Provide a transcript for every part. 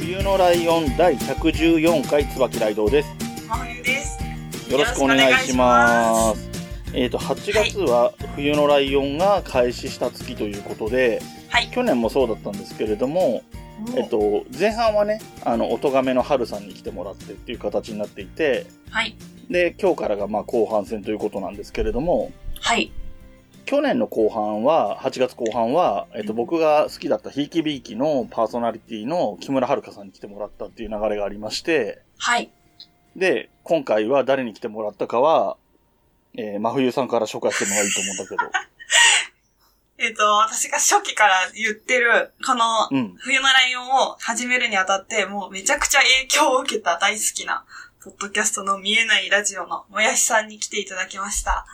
冬のライオン第114回椿雷堂です。真冬ですよろしくお願いします。えっ、と、8月は冬のライオンが開始した月ということで、はい去年もそうだったんですけれども、えっ、と、前半はね、あの、おとがめの春さんに来てもらってっていう形になっていて、はいで、今日からがまあ後半戦ということなんですけれども、はい去年の後半は、8月後半は、えっ、と、僕が好きだったひいきびいきのパーソナリティの木村遥さんに来てもらったっていう流れがありまして、はいで、今回は誰に来てもらったかは、えー、真冬さんから紹介してもらいいと思うんだえっ、と私が初期から言ってるこのけど。うん。冬のライオンを始めるにあたってもうめちゃくちゃ影響を受けた大好きなポッドキャストの見えないラジオのもやしさんに来ていただきました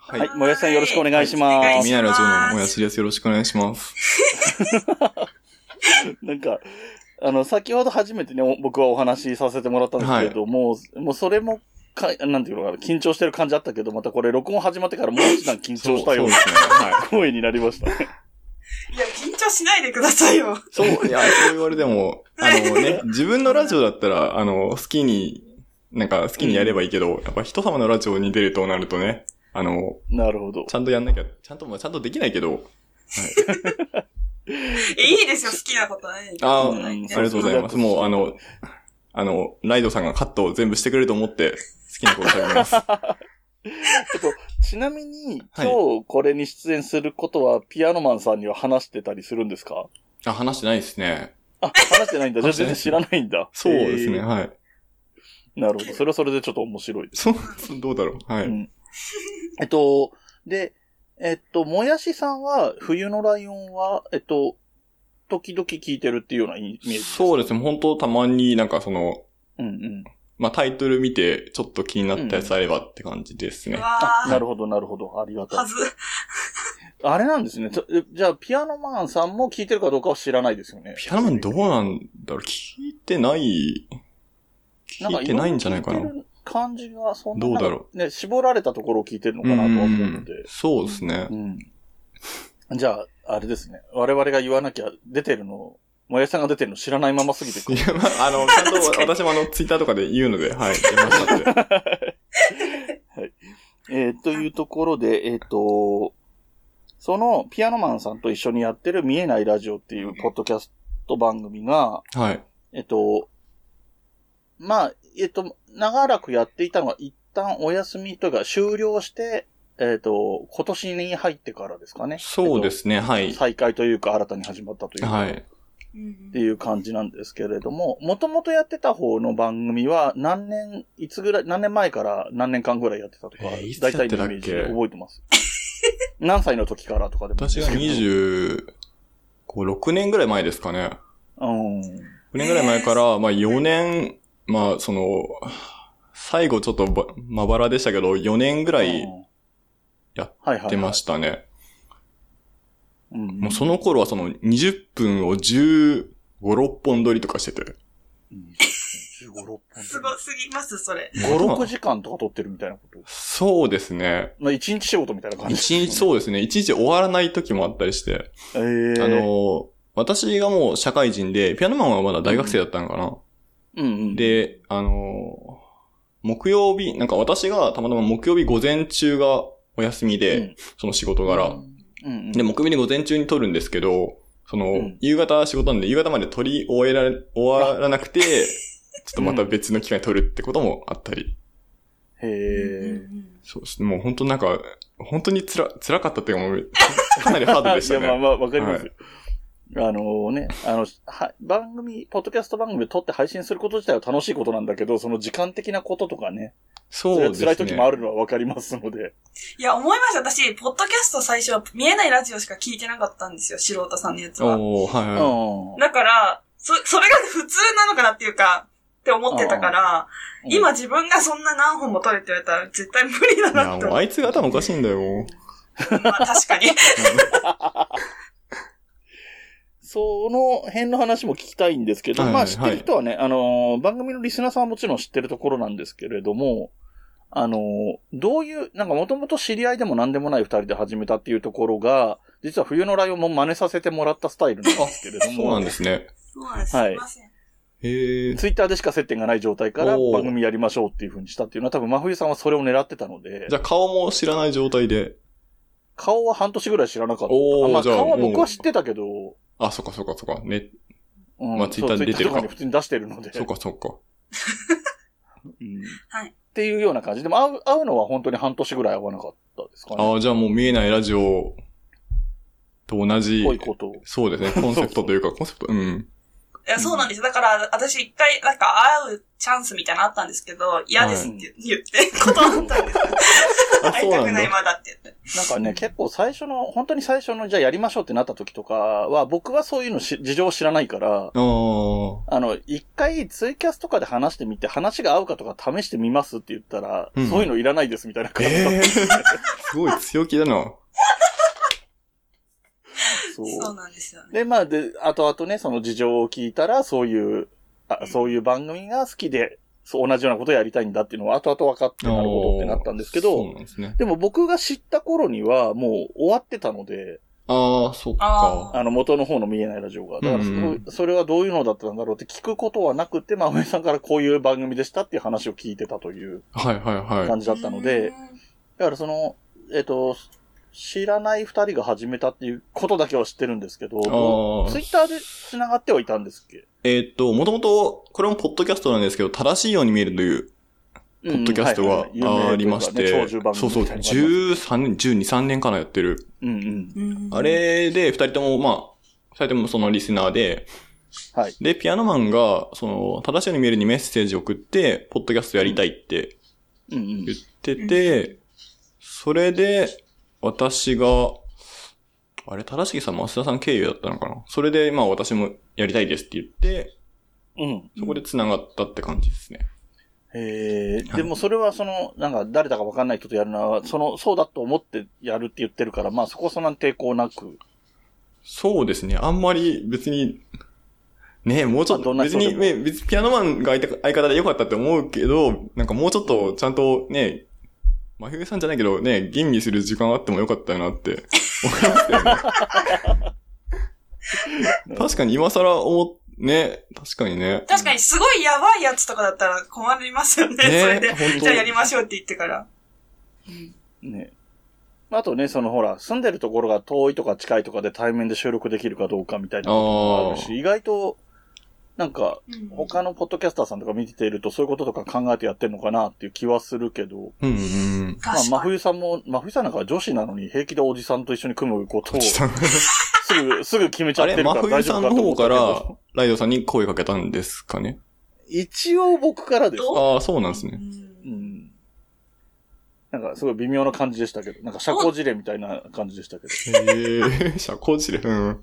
はい。はもやしさんよろしくお願いしまはいお願い見す。し習いラジオのもやしです。よろしくお願いします。なんか、あの、先ほど初めてね、お僕はお話しさせてもらったんですけれども、もうそれもか、なんていうのかな、緊張してる感じあったけど、またこれ録音始まってからもう一段緊張したようなそうですね。は 声になりましたね。いや緊張しないでくださいよい。そう、いや、そう言われても、あのね、自分のラジオだったら、あの、好きに、なんか好きにやればいいけど、やっぱ人様のラジオに出るとなるとね、あの、なるほどち。ゃんとやんなきゃ、ちゃんと、まあちゃんとできないけど、え いいですよ好きなことねあーうんありがとうございます。もう、あの、あの、ライドさんがカットを全部してくれると思って、好きなこと喋り ます。ちなみに、はい今日これに出演することは、ピアノマンさんには話してたりするんですかあ、話してないですね。あ、話してないんだ。じゃあ全然知らないんだ。そうですね、へーはい。なるほど。それはそれでちょっと面白いです。そう、どうだろう。はうい。ん えっと、で、えっと、もやしさんは、冬のライオンは、えっと、時々聞いてるっていうようなイメージ。そうですね、本当たまになんかその、うんうん。まあ、タイトル見て、ちょっと気になったやつあればって感じですね。うあわ、ーなるほど、なるほど。ありがた。はいずあれなんですね。ちょえじゃあ、ピアノマンさんも聞いてるかどうかは知らないですよね。ピアノマンどうなんだろう聞いてない、聞いてないんじゃないかな。んかろろ聞いてる感じが、そんな。どうだろう。ね、絞られたところを聞いてるのうかなとは思うのんで。そうですねう。ん。じゃあ、あれですね。我々が言わなきゃ出てるのを、もやしさんが出てるの知らないまま過ぎてくいる。や、まあ、あの、ちゃんと私もあの、ツイッターとかで言うの で、はい、出ましたって。えーというところで、えっ、と、そのピアノマンさんと一緒にやってる見えないラジオっていうポッドキャスト番組が、はい。えっ、と、まあ、えっ、と、長らくやっていたのが一旦お休みというか終了して、えっ、と、今年に入ってからですかね。そうですね、はえっいと。。再開というか新たに始まったというか。はい。っていう感じなんですけれども、もともとやってた方の番組は何年、いつぐらい、何年前から何年間ぐらいやってたとか、えーいつや大って体たのっけイメージで覚えてます。 何歳の時からとかでもいい私でがすけど。 25、6年ぐらい前ですかね。うん。 5年ぐらい前から、まあ4年、まあその、最後ちょっとばまばらでしたけど、4年ぐらいやっはいはい出ましたね。うんもうその頃はその20分を15、6本撮りとかしてて。うん15、6本。すごすぎますそれ5、6時間とか撮ってるみたいなこと。そうですね。まあ、1日仕事みたいな感じですね、一日、そうですね。一日終わらない時もあったりして。えー、あ、の、私がもう社会人で、ピアノマンはまだ大学生だったのかな。うんうん。、で、あの、木曜日、なんか私がたまたま木曜日午前中がお休みで、うんその仕事柄。うんうん。で、、木曜日に午前中に撮るんですけど、その、うん夕方仕事なんで、夕方まで撮り終えられ、終わらなくて、ちょっとまた別の機会に撮るってこともあったり。へうんえ。そうですね。もう本当なんか、本当につら、辛かったっていうかもう、かなりハードでしたね。いや、まあまあ、わかりますよ。あのね、あの、は、番組、ポッドキャスト番組で撮って配信すること自体は楽しいことなんだけど、その時間的なこととかね、そうですね。辛い時もあるのはわかりますので。いや、思いました。私、ポッドキャスト最初は見えないラジオしか聞いてなかったんですよ。素人さんのやつは。おーはいはい。うだから、そ、それが普通なのかなっていうか、って思ってたから、ん。今自分がそんな何本も撮れって言われたら絶対無理だなっいや、てもう思あう。いつが頭おかしいん だよ。まあ確かに。その辺の話も聞きたいんですけど、はいまあ知ってる人はね、あのー、番組のリスナーさんはもちろん知ってるところなんですけれども、あのー、どういう、なんかもともと知り合いでも何でもない二人で始めたっていうところが、実は冬のライオンも真似させてもらったスタイルなんですけれども、そうなんですね。そうなんです。すはいいません。へえ。ツイッターでしか接点がない状態からおー番組やりましょうっていう風にしたっていうのは多分真冬さんはそれを狙ってたのでじ、ゃあ顔も知らない状態で。顔は半年ぐらい知らなかった。おーあまあじゃあ顔は僕は知ってたけど、あ、そっかそっかそっか。ね。うんまあそう Twitter に出てる Twitter とかかに普通に出してるので。そっかそっか。うんはいっていうような感じ。でも会う、会うのは本当に半年ぐらい会わなかったですかね。ああ、じゃあもう見えないラジオと同じこう。いうことを。そうですね。 コンセプトというか、コンセプト、うん。いや、そうなんです。だから、私一回、なんか会うチャンスみたいなのあったんですけど、嫌ですって言って、断ったん です。あ、会そいうたなくんないだ。まだって言って。なんかね、結構最初の、本当に最初の、じゃあやりましょうってなった時とかは、僕はそういうのし事情を知らないから、ああ。あの、一回ツイキャスとかで話してみて、話が合うかとか試してみますって言ったら、うんそういうのいらないですみたいな感じだったええー。すごい強気だな。そそううなんですよね。で、まあ、で、後々ね、その事情を聞いたら、そういう、あそういう番組が好きで、そう同じようなことをやりたいんだっていうのを後々分かってなるほどってなったんですけそうど、なんですね。でも僕が知った頃にはもう終わってたので、ああ、そっあか。あの元の方の見えないラジオが。だからそ,、うんうんそれはどういうのだったんだろうって聞くことはなくて、まあ、上さんからこういう番組でしたっていう話を聞いてたというはいはいはい。感じだったので、だからその、えっと、知らない二人が始めたっていうことだけは知ってるんですけど、ああツイッターで繋がってはいたんですっけえーっと、もともと、これもポッドキャストなんですけど、正しいように見えるという、ポポッドキャストがありまして、そうそう、13年、12、3年かなやってる。うんうん。うんあれで、二人とも、まあ、二人ともそのリスナーで、はい。で、ピアノマンが、その、正しいように見えるにメッセージを送って、ポッドキャストやりたいってうんうん言ってて、それで、私が、あれ、正しきさん、増田さん経由だったのかなそれで、まあ私もやりたいですって言って、うん。そこで繋がったって感じですね。へえ、はいでもそれはその、なんか誰だかわかんない人とやるのは、その、そうだと思ってやるって言ってるから、まあそこはそんなに抵抗なく。そうですね。あんまり別に、ねもうちょっと、まあどん別な人に、でもね、別にピアノマンが相手相方で良かったって思うけど、なんかもうちょっとちゃんとね、真冬さんじゃないけどね、吟味する時間あっても良かったよなって思いますよ ね。確かに今更思っ、ね、確かにね。確かにすごいやばいやつとかだったら困りますよね。それで、本当じゃあやりましょうって言ってから。ね。あとね、そのほら、住んでるところが遠いとか近いとかで対面で収録できるかどうかみたいなこともあるあし、意外と、なんか、うん他のポッドキャスターさんとか見ていると、そういうこととか考えてやってるのかなっていう気はするけど、うんうん。まあ、確真かに。冬さんも、真冬さんなんかは女子なのに平気でおじさんと一緒に組むことを、ちょっすぐ、 すぐ決めちとゃあってれ、るから真冬大丈さ夫んかのと思方ったかけどら、ライドさんに声かけたんですかね。一応僕からです。どああ、そうなんですね。ううんん。なんかすごい微妙な感じでしたけど、なんか社交辞令みたいな感じでしたけど、へ え、社交辞令。うん。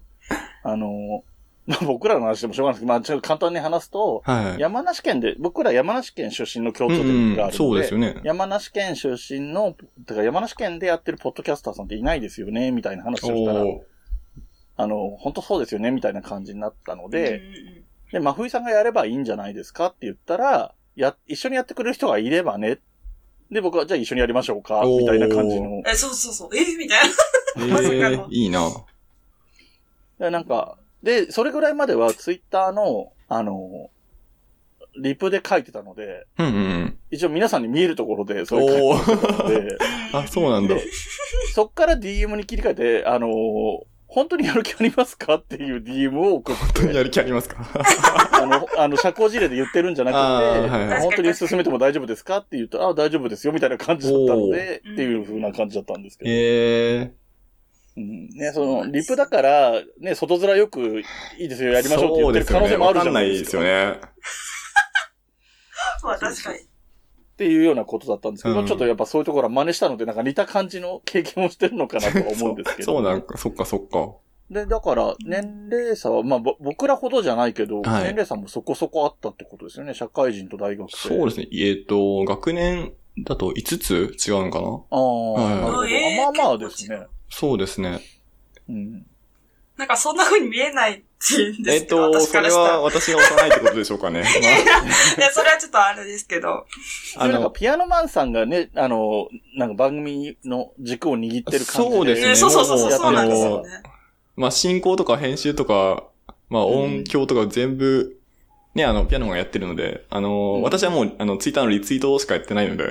あのー、まあ僕らの話でもしょうがないですけど、まあちょっと簡単に話すと、はい。山梨県で、僕ら山梨県出身の共通うんう点んがあるので、そうですよね。山梨県出身の、てか山梨県でやってるポッドキャスターさんっていないですよね、みたいな話をしたら、おーあの、本当そうですよね、みたいな感じになったうんのうんで、で、真冬さんがやればいいんじゃないですかって言ったら、や、一緒にやってくれる人がいればね。で、僕はじゃあ一緒にやりましょうか、おーみたいな感じの。え、そうそうそう。え みたいな。えまさかーの、いいな。でなんか、で、それぐらいまではツイッターの、あの、リプで書いてたので、うんうん一応皆さんに見えるところで、うん。それ書いおーてたので、 あ、そうな んだ。でそっから DM に切り替えて、あの本当にやる気ありますかっていう DM を送っ本当にて、やる気ありま すかあの、あの、社交辞令で言ってるんじゃなくて、あーはいはい本当に進めても大丈夫ですかって言うと、あ大丈夫ですよ、みたいな感じだったので、おーっていう風な感じだったんですけど。えうんね、その、リプだから、ね、外面よく、いいですよ、やりましょうって言ってる可能性もあるじゃないですか。そうですよね。わかんないですよね。まあ確かに。っていうようなことだったんですけど、うんちょっとやっぱそういうところは真似したので、なんか似た感じの経験をしてるのかなとは思うんですけど。そうそうなんか、そっかそっか。で、だから、年齢差は、まあ、ぼ僕らほどじゃないけど、はい年齢差もそこそこあったってことですよね。社会人と大学生。そうですね。えっ、と、学年だと5つ違うのかなああ、はいなるほど。あえーまあまあですね。そうですね。うん。なんかそんな風に見えないって言うんでえすっけど、と、私そかられしたら。は私が幼いってことでしょう かね。いや、それはちょっとあれですけど。まあ、あなんかの、ピアノマンさんがね、あの、なんか番組の軸を握ってる感じで。そうですねね、そうそうそうそう、もうそうなんですあよのね。まあ、進行とか編集とか、まあ、音響とか全部、ね、あの、ピアノがやってるので、あの、うん私はもう、あの、ツイッターのリツイートしかやってないので、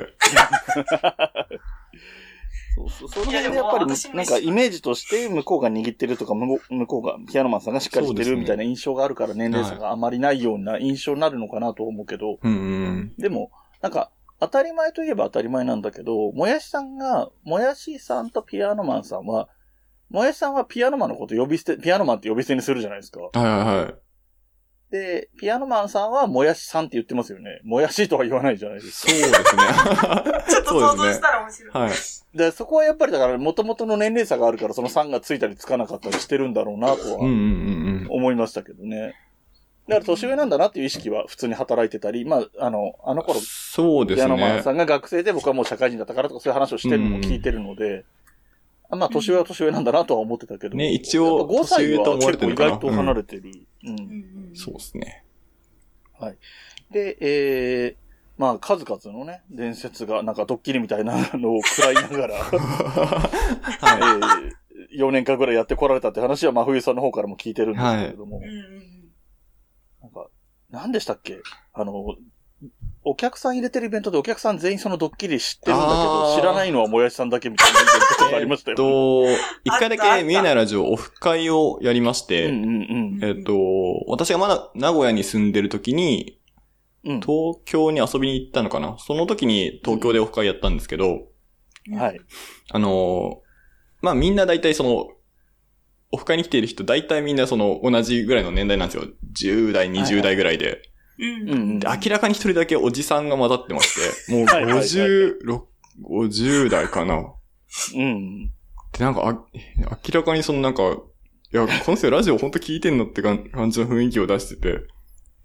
そうそうその辺でやっいぱやでも私り、もなんかイメージとして向こうが握ってるとか、向こう向こうが、ピアノマンさんがしっかりしてそうでするねみたいな印象があるから、年齢差があまりないような印象になるのかなと思うけど、うんうん。でも、なんか、当たり前といえば当たり前なんだけど、もやしさんが、もやしさんとピアノマンさんは、もやしさんはピアノマンのこと呼び捨て、ピアノマンって呼び捨てにするじゃないですか。はいはいはい。で、ピアノマンさんはもやしさんって言ってますよね。もやしとは言わないじゃないですか。そうですね。 ちょっとそう想で像しすね。たら面白い。はい。 で、そこはやっぱりだから、元々の年齢差があるから、その3がついたりつかなかったりしてるんだろうなとうんうはんうん思いましたけどね。だから年上なんだなっていう意識は普通に働いてたり、まあ、あの、あのうん頃。そうでピすアノマねンさ。んが学生で僕はもう社会人だったからとかそういう話をしてるのも聞いてるので、あまあ年上は年上なんだなとは思ってたけど。ね一応やっぱ5歳年上とは思われ結構意てるのかな外と離れてる。うん。うんうんそうですね。で、えー、まあ数々のね、伝説がなんかドッキリみたいなのを食らいな がら、はい。えー、4年間ぐらいやってこられたって話は真冬さんの方からも聞いてるんですけれども、うんうんうんなんか、何でしたっけあの、お客さん入れてるイベントでお客さん全員そのドッキリ知ってるんだけあど、ー知らないのはもやしさんだけみたいなイベントとかありましたえっよね。と、一回だあったあっけた見えないラジオオフ会をやりまして、うんうんえっと、私がまだ名古屋に住んでる時に、うん。東京に遊びに行ったのかなその時に東京でオフ会やったんですけど、うん。はい。。あのー、まあみんな大体その、オフ会に来ている人大体みんなその同じぐらいの年代なんですよ。10代、20代ぐらいで。うんううん。んうん。で明らかに一人だけおじさんが混ざって まして、もうはいはいはい56、50代かな。うん。で、なんか、あ、明らかにそのなんか、いや、この人ラジオほんと聞いてんのってかん感じの雰囲気を出してて。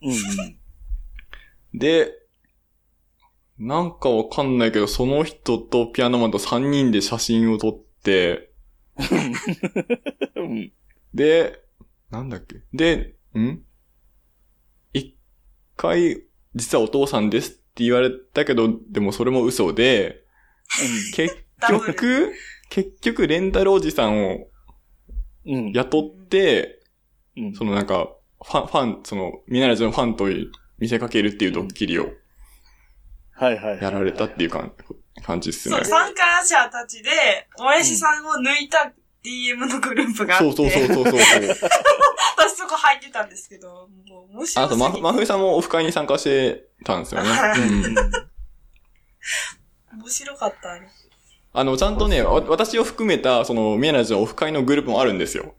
うん。で、なんかわかんないけど、その人とピアノマンと3人で写真を撮って、うん。で、なんだっけ。で、ん一回、実はお父さんですって言われたけど、でもそれも嘘で、結ダブ局、結局レンタルおじさんをうん。雇って、うん、そのなんか、ファン、ファン、その、見習いずのファンと見せかけるっていうドッキリをはいはい。やられたっていう感感じっすねそう、。参加者たちで、もやしさんを抜いた DM のグループがあって、そうそうそうそうそう。 私そこ入ってたんですけど、もう面白すぎてあと、ま、まふみさんもオフ会に参加してたんですよね。うん面白かったね。あの、ちゃんとね、わ私を含めた、その、宮内のオフ会のグループもあるんですよ。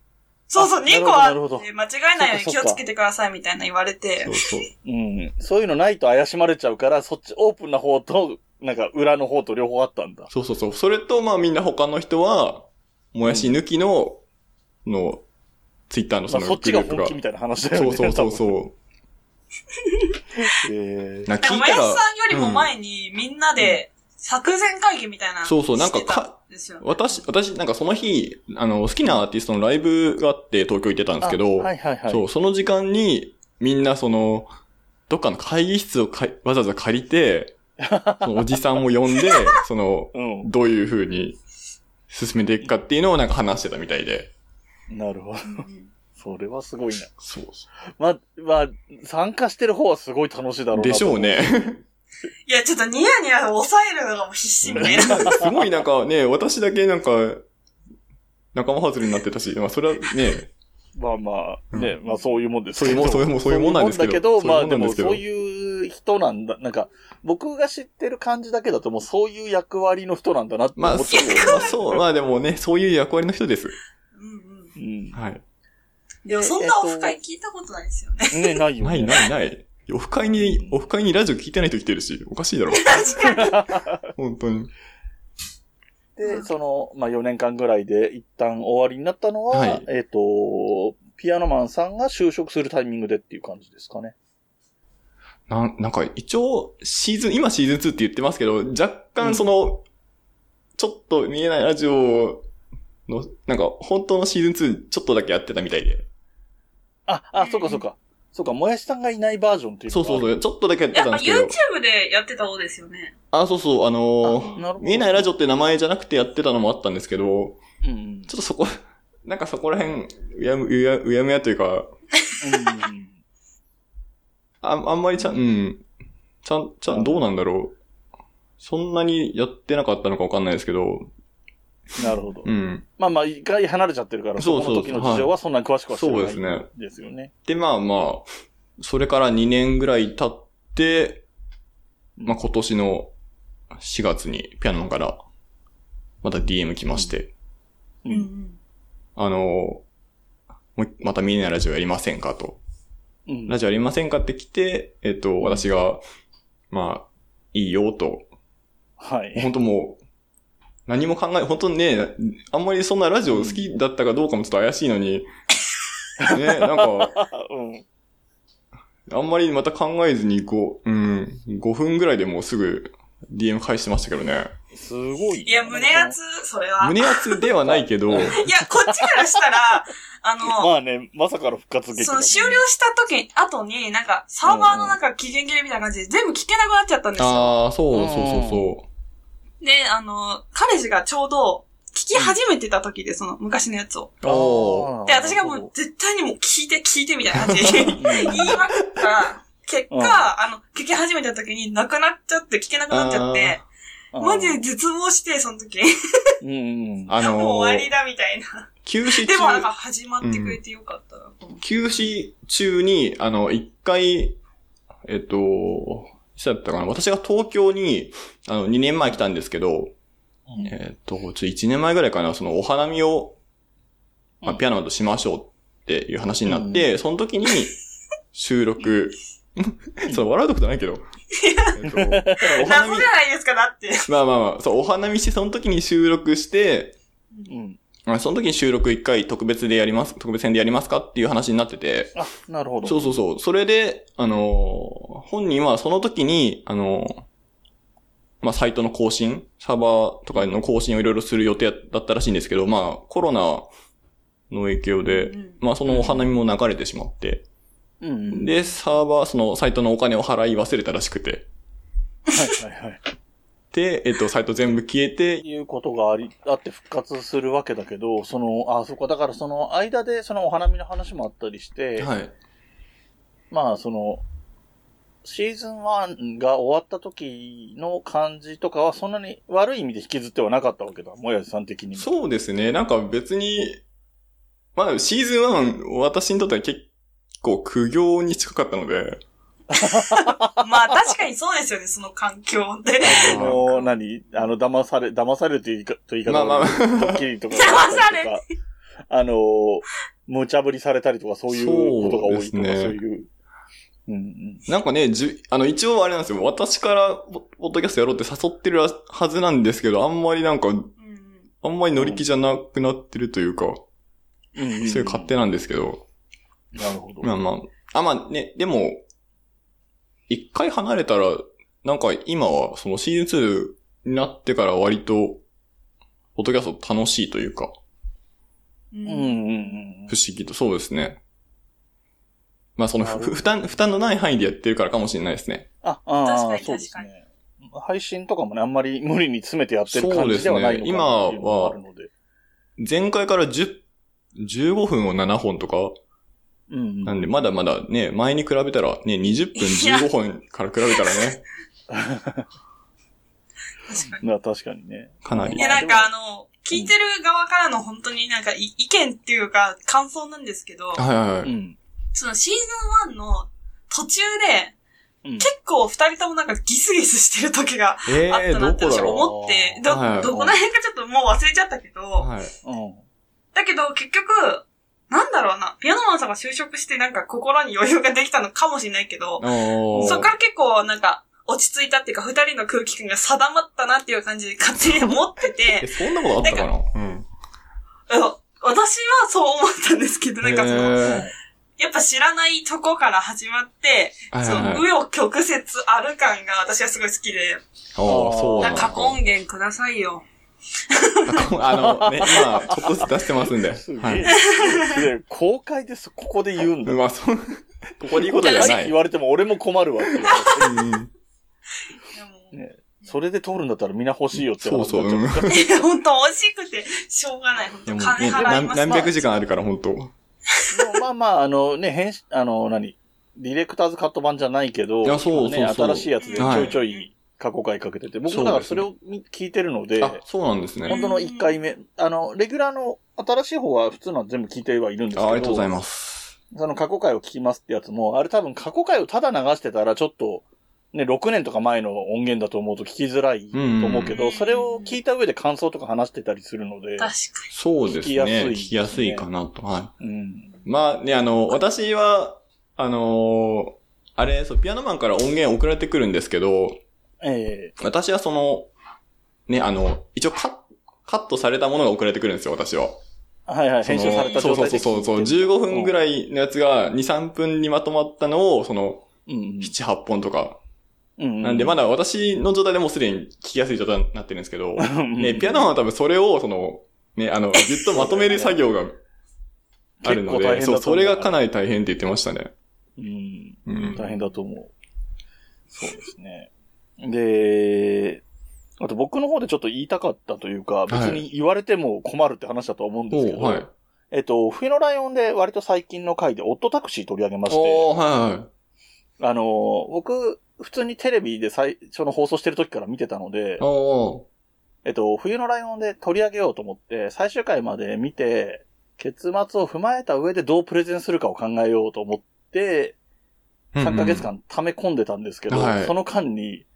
そうそう、あ2個あなるほどっなて、間違えないようにそっ気かそっをかつけてくださいみたいな言われてそ、うそう。うん。そういうのないと怪しまれちゃうから、そっちオープンな方と、なんか裏の方と両方あったんだ。そうそうそう。それと、まあみんな他の人は、もやし抜きの、の、ツイッターのまそあ、のそっグちルがープ本が。気みたいな話だよそね。うそうそうう。そえう。ななんかんか聞いもやたしさんらよ、りも前にみんなで作戦会議みたいなのそうそうなんかしてたですよね私、私、なんかその日、あの、好きなアーティストのライブがあって東京行ってたんですけど、あはいはいはい。そう、その時間に、みんなその、どっかの会議室をかいわざわざ借りて、そのおじさんを呼んで、 その、うん。どういう風に進めていくかっていうのをなんか話してたみたいで。なるほど。うんそれはすごいな。そうまあ、まあ、参加してる方はすごい楽しいだろうなと。でしょ うね。いや、ちょっとニヤニヤ抑えるのがもう必死みたいな。すごいなんかね、私だけなんか、仲間外れになってたし、まあそれは ね、まあまあ、ね、まあそういうもんですそういうもんそういうもんそういうもんなんですけどそういうもんだけど、まあでそういうもんなんでもすけどそういう人なんだ、なんか、僕が知ってる感じだけだともうそういう役割の人なんだなってま思あ、っそてう、まあ、そう、まあでもね、そういう役割の人です。うんうん。うん。はい。でもそんなオフ会聞いたことないですよね。ね、ないよ、ね。ないないない。 オフ会に、オフ会にラジオ聞いてない人来てるし、おかしいだろ。確かに。本当に。で、その、まあ、4年間ぐらいで一旦終わりになったのは、はいえっ、と、ピアノマンさんが就職するタイミングでっていう感じですかね。なん、なんか一応、シーズン、今シーズン2って言ってますけど、若干その、ちょっと見えないラジオの、なんか本当のシーズン2ちょっとだけやってたみたいで。あ、あ、そうかそうか。そうか、もやしさんがいないバージョンっていうそうそうう。そう、ちょっとだけやってやたっんぱですけど。 YouTube でやってた方ですよね。あ、そうそう、あのあなるーほど見えないラジオって名前じゃなくてやってたのもあったんですけど、うんうん。ちょっとそこ、なんかそこら辺、うやむ、うや、うやむやというか、うんああんまりちゃん、うん。ちゃん、ちゃん、どうなんだろう。そんなにやってなかったのかわかんないですけど、なるほどう。ん。まあまあ、一回離れちゃってるから、そそうそうそうこの時の事情はそんなに詳しくは知らない、そうですね。ですよね。で、まあまあ、それから2年ぐらい経って、まあ今年の4月にピアノから、また DM 来まして、ううんんうん。あの、もうまた見えないラジオやりませんかと。うん。ラジオやりませんかって来て、えっと、私が、まあ、いいよと。はい。本当もう、何も考え、本当にね、あんまりそんなラジオ好きだったかどうかもちょっと怪しい のに、ね、なん か、うん。あんまりまた考えずに、こう、うん、5分ぐらいでもうすぐ DM 返してましたけどね。すごい。いや、胸熱、それは。胸熱ではない けど、いや、こっちからしたら、あの、まあね、まさかの復活劇だそものんね。終了した時、後に、なんか、サーバーのなんか期限切れみたいな感じで全部聞けなくなっちゃったんですよ。ああ、そううんそうそうそで、あの、彼氏がちょうど、聞き始めてた時で、その、昔のやつを。う。おーあーで、私がもう、絶対にもう聞いて聞いてみたいな感じで言いまくった結うん果、あの、聞き始めた時になくなっちゃって、聞けなくなっちゃって、マジで絶望して、その時。うんうん。あの ーもう終わりだみたいな。休止でもなんか中、始まってくれてよかったなと思って。休止中に、あの、一回、えっと、いつだったかな私が東京に、あの、2年前来たんですけど、うんえっと、ちょっと1年前ぐらいかな、そのお花見を、まあ、うんピアノとしましょうっていう話になって、その時に収録、そう、笑うとことないけど。えっとお謎花じ見、ゃないですか、だって。まあまあまあ、そう、お花見して、その時に収録して、うん。あその時に収録一回特別でやります、特別編でやりますかっていう話になってて、あ、なるほど。そうそうそう、それで、あのー本人はその時に、あのーまあ、サイトの更新、サーバーとかの更新をいろいろする予定だったらしいんですけど、まあ、コロナの影響でう、んまあ、そのお花見も流れてしまって、うんうん。で、サーバー、そのサイトのお金を払い忘れたらしくて、はいはいはい。で、えっと、サイト全部消えて、いうことがあり、あって復活するわけだけど、その、あ、そこだからその間でそのお花見の話もあったりして、はい。まあその、シーズン1が終わった時の感じとかはそんなに悪い意味で引きずってはなかったわけだ。もやしさん的にも。そうですね。なんか別に、まあシーズン1、私にとっては結構苦行に近かったので、まあ確かにそうですよね、その環境で。あの、何あの、騙され、騙されるという言い方、と いう言い方まあまあドッキリとか。騙されあの、無茶ぶりされたりとかそういうことが多いとか、そ,、そううですねいう。うんうん。なんかね、じゅ、あの一応あれなんですよ。私からポポッドキャストやろうって誘ってるはずなんですけど、あんまりなんか、うんあんまり乗り気じゃなくなってるというか、うんんんそういう勝手なんですけど、なるほど。まあまあ、あ、まあね、でも、一回離れたら、なんか今はそのシーズン2になってから割と、ポッドキャスト楽しいというか、うんうんうんうん不思議と、そうですね。まあそのなるふ、ほどふ負担、負担のない範囲でやってるからかもしれないですね。あ、ああ確かにそうですね。配信とかもね、あんまり無理に詰めてやってるそ感うでじすねではないのかなっていうの今がはあるので。前回から10、15分を7本とか、うんなんでまだまだね、前に比べたらね、20分15本から比べたらね、確かに。うん。な確かにね。かないりいやや、なんかあの、聞いてる側からの本当になんかい意見っていうか感想なんですけど、はいはいはうい。ん。そのシーズン1の途中で、うん。結構二人ともなんかギスギスしてる時がえあったなってど私こだろ思って、ど、はいどこら辺かちょっともう忘れちゃったけど、う。はい。うん。だけど結局、なんだろうな、ピアノマンさんが就職してなんか心に余裕ができたのかもしれないけど、おーそっから結構なんか落ち着いたっていうか二人の空気感が定まったなっていう感じで勝手に思ってえ、 て、そんなことあったかなうん。うん私はそう思ったんですけど、なんかその、へーやっぱ知らないとこから始まって、はいそはいの、はい。紆余曲折ある感が私はすごい好きで、ああ、そうななんんだか過去音源くださいよ。あの、ね、今、ちょっとずつ出して ますんで。すげえ。はい。すげえ公開です、ここで言うんだ。ま あ、そう、 ここでいいことじゃな誰にい言。われても俺も困るわっていう。うんでもねそれで通るんだったらみんな欲しいよってそう話そう。にうんなっちゃいや、 本当惜しくて、しょうがない。本で当も金ね払い何ます。何百時間あるから、本当うでもまあまあ、あのね、編集、あの、何ディレクターズカット版じゃないけど、いやそうそうそうね、新しいやつでちょいちょい過去回かけてて、僕もだからそれを見聞いてるので、あ、そうなんですね。本当の1回目、あの、レギュラーの新しい方は普通のは全部聞いてはいるんですけあど、ありがとうございます。その過去回を聞きますってやつも、あれ多分過去回をただ流してたらちょっと、ね、6年とか前の音源だと思うと聞きづらいと思うけど、うんそれを聞いた上で感想とか話してたりするので、確そうですね。聞聞ききややすすいいかなと。はい。うん。まあね、あの、私は、あのーあれ、そう、ピアノマンから音源送られてくるんですけど、ええ私はその、ね、あの、一応カッカットされたものが送られてくるんですよ、私は。はいはい、その編集された状態で聞いてそうそうそうそう、15分ぐらいのやつが2、3分にまとまったのを、その、うん7、8本とか。うん。なんで、まだ、だ私の状態でもうすでに聞きやすい状態になってるんですけど、ね、ピアノマンは多分それを、その、ね、あの、ぎゅっとまとめる作業があるの結構大変だで、とそ思う、うそれがかなり大変って言ってましたね。うん。うん。大変だと思う。そうですね。で、あと僕の方でちょっと言いたかったというか、別に言われても困るって話だとは思うんですけど、おはい。えっと、冬のライオンで割と最近の回でオットタクシー取り上げまして、おー、はいはい。あのー、僕、普通にテレビで最初の放送してる時から見てたので、おえっと、冬のライオンで取り上げようと思って、最終回まで見て、結末を踏まえた上でどうプレゼンするかを考えようと思って、ー。 3ヶ月うん間溜め込んでたんですけど、はいその間に、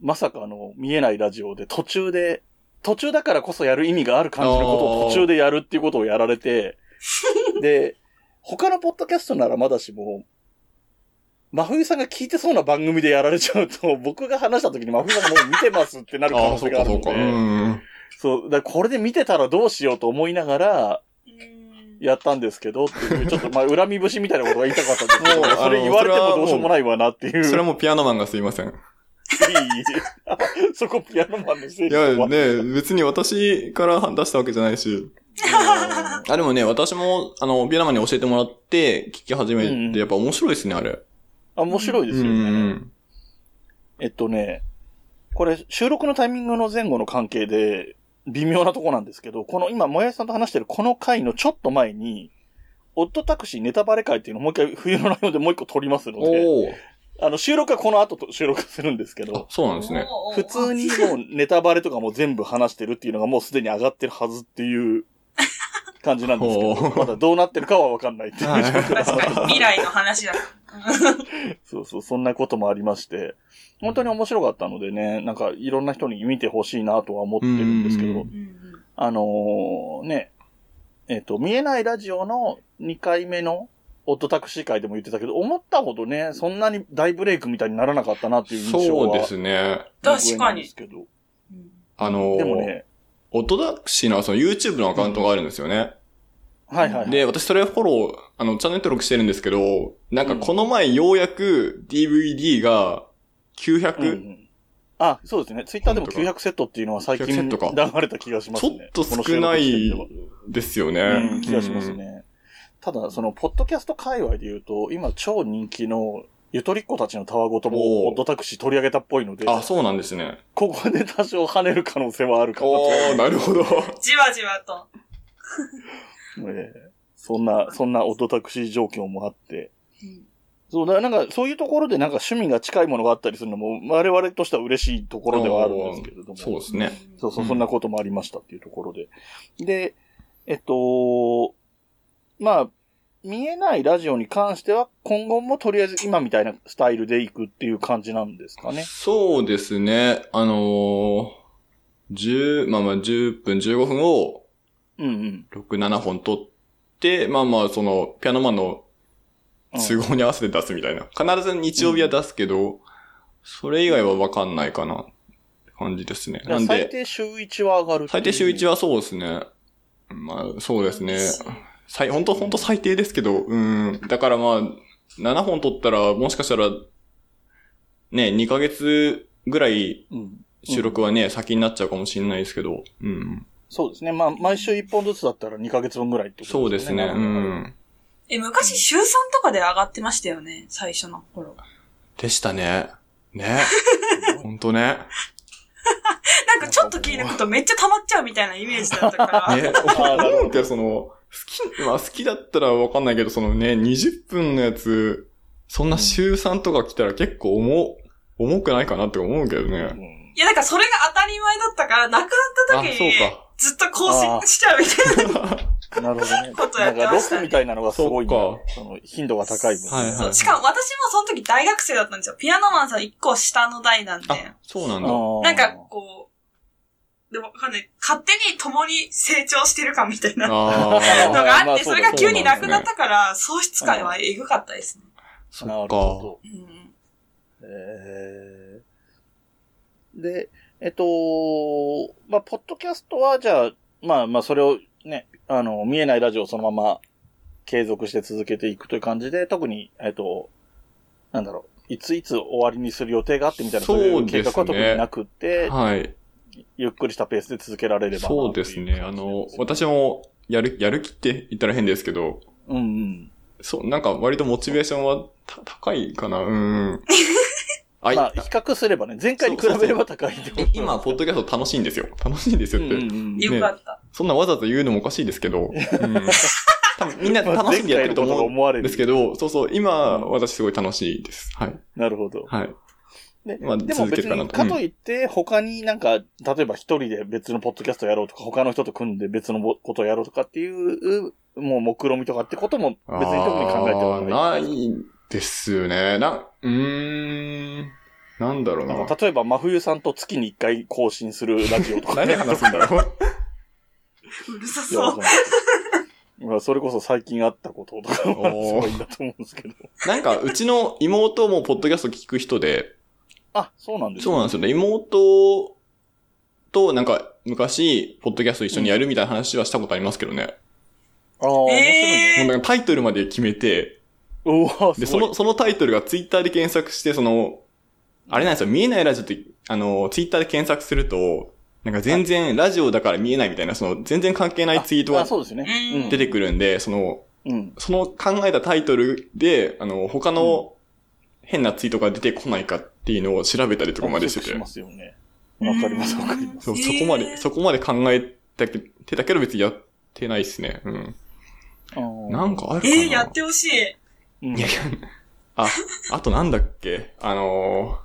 まさかあの、見えないラジオで途中で、途中だからこそやる意味がある感じのことあーを途中でやるっていうことをやられ て、で、他のポッドキャストならまだしも、真冬さんが聞いてそうな番組でやられちゃうと、僕が話した時に真冬さんがもう見てますってなる可ああ、能そ性うがあるかそのうか。うで、ん。そう、だからこれで見てたらどうしようと思いながら、に。うんやったんですけど、っていう、ちょっと、まあ、恨み節みたいなことが言いたかったんですけもうあのど、それ言われてもどうしようもないわなっていう。それはもうピアノマンがすいません。いい そこピアノマンのせいいでや、終わったね、別に私から出したわけじゃないし。あ、でもね、私も、あの、ピアノマンに教えてもらって、聞き始うんうめんて、やっぱ面白いですね、あれ。あ面白いですうよんね、うん。えっとね、これ収録のタイミングの前後の関係で微妙なとこなんですけど、この今、もやしさんと話してるこの回のちょっと前に、オットタクシーネタバレ会っていうのをもう一回冬のライオンでもう一個撮りますので、おー。あの収録はこの後と収録するんですけあど、、そうなんですね。おー普通にもうネタバレとかも全部話してるっていうのがもうすでに上がってるはずっ ていう感じなんですけおど、ーまだどうなってるかはわかんないっていう状況確かに未来の 話だ。そうそう、そんなこともありまして、本当に面白かったのでね、なんかいろんな人に見てほしいなとは思ってるんですけうんうんどう、うんあのーね、えっ、と、見えないラジオの2回目のオットタクシー会でも言ってたけど、思ったほどね、そんなに大ブレイクみたいにならなかったなっていう印象はそうですね。確かにですけど。うんあのでも、ね、オットダクシーのその YouTube のアカウントがあるんですよね。はいはい、はい。で、私それフォロー、あの、チャンネル登録してるんですけど、なんかこの前ようやく DVD が900、うんうんあ、そうですね。ツイッターでも900セットっていうのは最近900セッ流トかれた気がしますね。ちょっとこの少収な録い時点ではですよね。うん、気がしますね。ただ、その、ポッドキャスト界隈で言うと、今超人気の、ゆとりっ子たちのたわごとも、おーオッドタクシー取り上げたっぽいのでう、ん。あ、そうなんですね。ここで多少跳ねる可能性はあるかなとおー、なるほど。じわじわと。ええそんな、そんなオッドタクシー状況もあって。うんそうだ、なんか、そういうところでなんか趣味が近いものがあったりするのも、我々としては嬉しいところではあるんですけれども。そうですね。そうそうう、んそんなこともありましたっていうところで。で、えっと、まあ、見えないラジオに関しては、今後もとりあえず今みたいなスタイルでいくっていう感じなんですかね。そうですね。あのー、10、まあまあ10分、15分をうんうん。 6、7本撮って、まあまあその、ピアノマンのうん都合に合わせて出すみたいな。必ず日曜日は出すけど、それ以外はわかんないかな、感じですね。じゃなあん最で、低週1は上がる最低週1は。はそうですね。まあ、そうですね。嬉しい最、本当本当最低ですけど、うん。だからまあ、7本撮ったら、もしかしたら、ね、2ヶ月ぐらいうん。収録はね、先になっちゃうかもしれないですけど、うん。そうですね。まあ、毎週1本ずつだったら2ヶ月分ぐらいってことそうですね、うなんん。え、昔週3とかで上がってましたよね、最初の頃。 でしたね。ね。本当ね。なんかちょっと気抜くとめっちゃ溜まっちゃうみたいなイメージだったから。 ね。あーなるほどなんかその、好き、まあ好きだったらわかんないけど、そのね、20分のやつ、そんな週3とか来たら結構重、重くないかなって思うけどうね。んいや、だからそれが当たり前だったから、なくなったあ、時そうに、ずっと更新しちゃうみたいな。か。なるほどね。ことなやんっかてロましたねックみたいなのがすごいんだね、その頻度が高い分。はいはい そうしかも私もその時大学生だったんですよ。ピアノマンさん1個下の代なんで。あ、そうなんだ。ななんかこう、でもわかんない。勝手に共に成長してるかみたいなのあーがあ、まああっまあて、それが急になくなっそたから、喪失感はエグかったですね。そなっるか。ほうんど。えーで、えっと、まあ、ポッドキャストは、じゃあ、まあまあ、それをね、あの、見えないラジオをそのまま継続して続けていくという感じで、特に、えっと、なんだろう、いついつ終わりにする予定があってみたいな、そういそううです計ね画は特になくて、はい。ゆっくりしたペースで続けられればなそうですね。あの、、私も、やる、やる気って言ったら変ですけというど、感じですねうんうん。そう、なんか割とモチベーションはた高いか な、うん。あいまあ、比較すればね、前回に比べれば高いってことえ今、ポッドキャスト楽しいんですよ。楽しいんですよって。うんよかった。そんなわざと言うのもおかしいです けど、うん。多分みんなまあ楽しんでやってると前回のことが思うん思われるですけど、そうそう、今、うん私すごい楽しいです。はい。なるほど。はい。ねまあでも続け別るかなに、とかといって、他になんか、例えば一人で別のポッドキャストやろうとか、他の人と組んで別のことをやろうとかっていう、もう目論みとかってことも別に特に考えてはない。あーないですよね。な、うーん。なんだろうな。なんか例えば、真冬さんと月に一回更新するラジオとか。何話すんだろううるさいやそう。そのまあそれこそ最近あったこととかもすおーごいんだと思うんですけど。 なんか、うちの妹もポッドキャスト聞く人で、あ、そうなんですそうなんですよね。妹と、なんか、昔、ポッドキャスト一緒にやるみたいな話はしたことありますけどね。ああ、面えもうなんかタイトルまで決めて、白いね。うわで、すそごいの、。そのタイトルがツイッターで検索して、その、あれなんですよ、見えないラジオって、あの、ツイッターで検索すると、なんか全然ラジオだから見えないみたいな、その、全然関係ないツイートあ、がそうですね。うん出てくるんで、その、うん。その考えたタイトルで、あの、他の変なツイートが出てこないかっていうのを調べたりとかまでしてチェックてしま。すよね。わかります、わかります。そう、へそーこまで、そこまで考えたけてたけど別にやってないっすね。うん。ななんかあるかえなー、やってほしい。うんいやいや、あ、あとなんだっけあの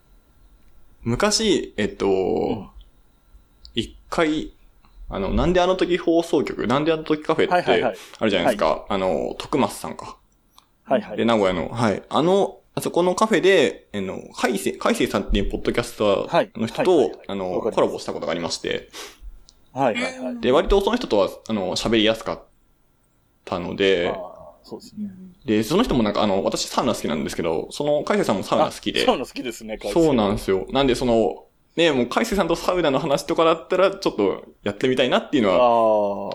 ー昔、えっんと、一、回、あの、なんであの時放送局、なんであの時カフェはいっはいはてい。あるじゃないですか。あの、徳松さんか。はいはいで、。名古屋の、はい。あの、あそこのカフェで、あの、海星、海星さんっていうポッドキャスタはいーの人はいはいとはい、あわかのりま、すコラボしたことがありまして、はいはいはい。で、割とその人とは、あの、喋りやすかったので、あーそうですね。で、その人もなんか、あの、私サウナ好きなんですけど、その海星さんもサウナ好きであサ、ウナ好きですね、そうなんんですよ。なんで、その、ね、もう海星さんとサウナの話とかだったら、ちょっとやってみたいなっていうのああは、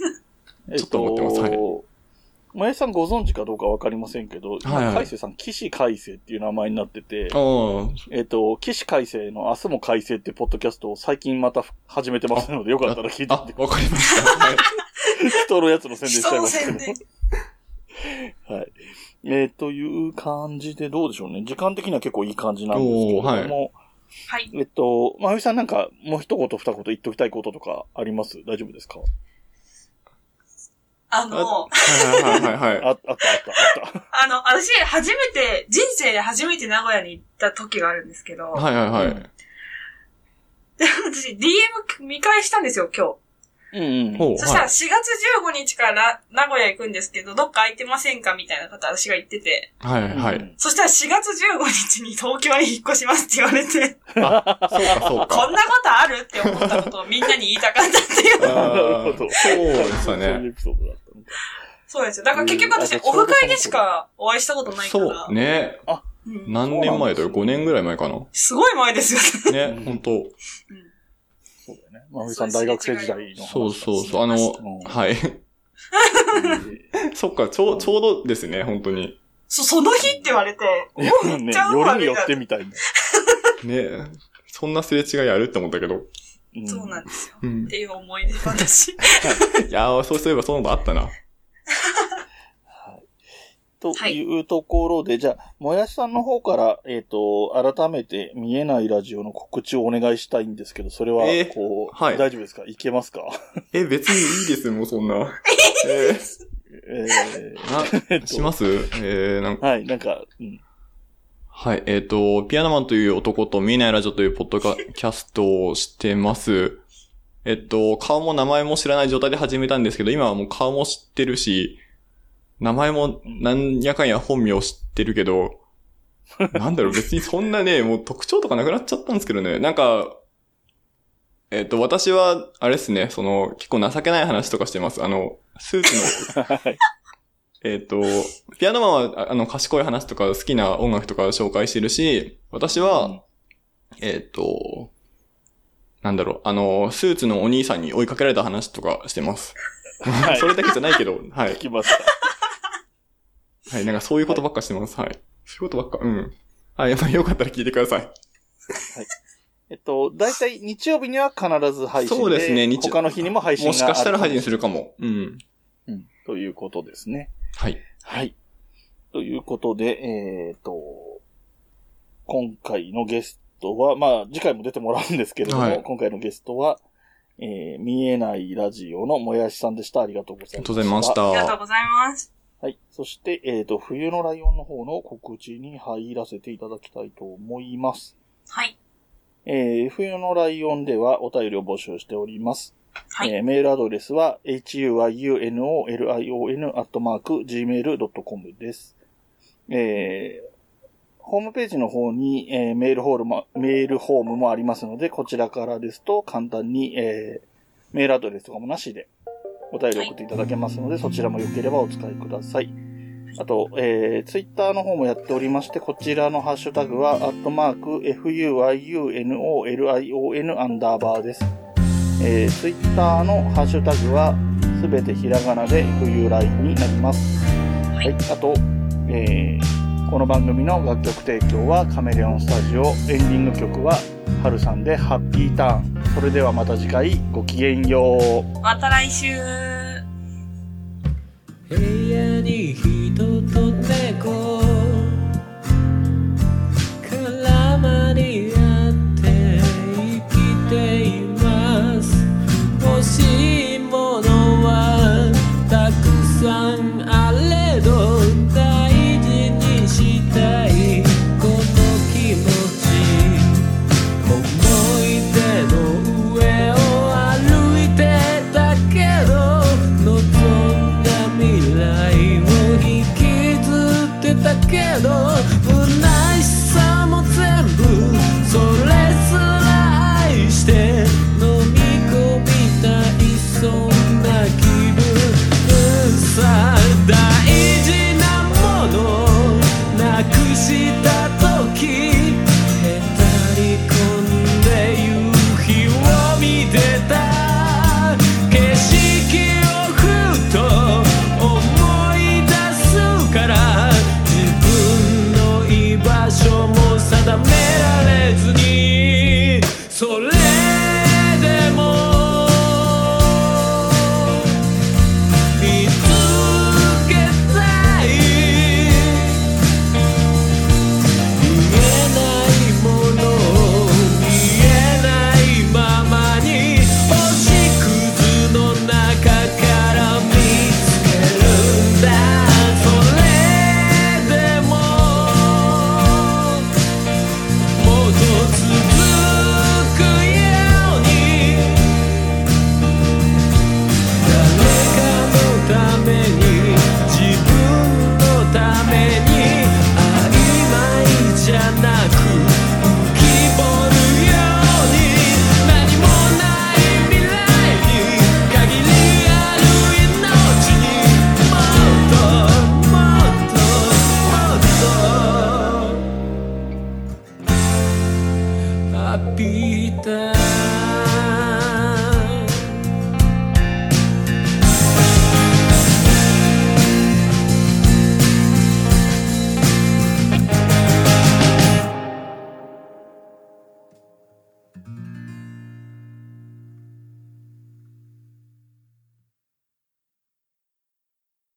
ー。ちょっと思ってますはいえと。前さんご存知かどうかわかりませんけど、はいは海い星さん、岸海星っていう名前になってて、あえっと、岸海星の明日も海星ってポッドキャストを最近また始めてますので、よかったら聞いてあみて、わかりました。 はい人のやつの宣伝しちゃ人いまのすけ宣ど。伝。はい。えーという感じでどうでしょうね。時間的には結構いい感じなんですけれどおーも、はい。えっと、まゆみさんなんか、もう一言二言言っときたいこととかあります大丈夫ですかあの、はいはいはあいはい。あったあったあった。あの、私、初めて、人生で初めて名古屋に行った時があるんですけど、はいはいはい。で私、DM 見返したんですよ、今日。うんうん。 ほう。そしたらは4い月15日から名古屋行くんですけど、どっか空いてませんかみたいな方私が言ってて。はいはうんい。。そしたら4月15日に東京に引っ越しますって言われて、あ、そうかそうこか。んなことあるって思ったことをみんなに言いたかったっていう。 なあるほーど。そうですそよういうね。エピソードだったのかそうですよ。だから結局私うんあ、オフ会でしかお会いしたことないから。そうね。うん何年前だよ。そうなんで5すよ年ぐらい前かな。すごい前ですよね。ね、本当そうだよね。まふみさん大学生時代の話。そうそうそう。あ話のし、うんはい。 そっか、ちょう、ちょうどですね、本当に。そ、その日って言われて、おね、めっちゃ運より悪にいよなっ。てみたいな。ねそんなすれ違いあるって思ったけど。そうなんでですよ。うんっ。ていう思い出 私。いやー、そうすればそんなのあったな。とはいいうところで、じゃあ、もやしさんの方から、えっ、と、改めて見えないラジオの告知をお願いしたいんですけど、それはえ、ーこう、はい大丈夫ですかいけますかえ、別にいいです、もう そんな。ええーな、 しますえー、なんー、はい、なんか、うん。はい、えっ、と、ピアノマンという男と見えないラジオというポッドカキャストをしてます。えっと、顔も名前も知らない状態で始めたんですけど、今はもう顔も知ってるし、名前もなんやかんや本名を知ってるけ ど、なんだろう、別にそんなね、もう特徴とかなくなっちゃったんですけどね、なんか、えっと、私は、あれですね、その、結構情けない話とかしてます。あの、スーツの はい。えっ、と、ピアノマンは、ああの、賢い話とか好きな音楽とか紹介してるし、私は、うんえっ、と、なんだろう、あの、スーツのお兄さんに追いかけられた話とかしてます。はい それだけじゃないけど、は聞い。きました。はい、なんかそういうことばっかしてます。はい。そういうことばっか、うん。はい、まあよかったら聞いてください。えっと、大体日曜日には必ず配信で。そうですね日他の日にも配信がもあるしかしたら配信するかも。うん。うん。ということですね。はい。はい。ということで、えっ、と、今回のゲストは、まあ、次回も出てもらうんですけれども、はい今回のゲストは、えー見えないラジオのもやしさんでした。ありがとうござあいりまがした。とうごありがざいまし。とうた。ございます。はい。そして、えっ、と、冬のライオンの方の告知に入らせていただきたいと思います。はい。えー冬のライオンではお便りを募集しております。はいえーメールアドレスは、huiunolion.gmail.com です。えーホームページの方に、えーメールホールも、メールフォームもありますので、こちらからですと簡単に、えーメールアドレスとかもなしでお便りを送っていただけますので、そちらも良ければお使いください。あと、えー、ツイッターの方もやっておりまして、こちらのハッシュタグは、アットマーク、fuiunolion アンダーバーです。えー、ツイッターのハッシュタグは、すべてひらがなで、冬ラインになります。はい。あと、えー、この番組の楽曲提供はカメレオンスタジオ、エンディング曲は、はるさんで、ハッピーターン。それではまた次回、ごきげんよう。また来週。部屋に人と猫絡まり合って生きています欲しいものはたくさんあ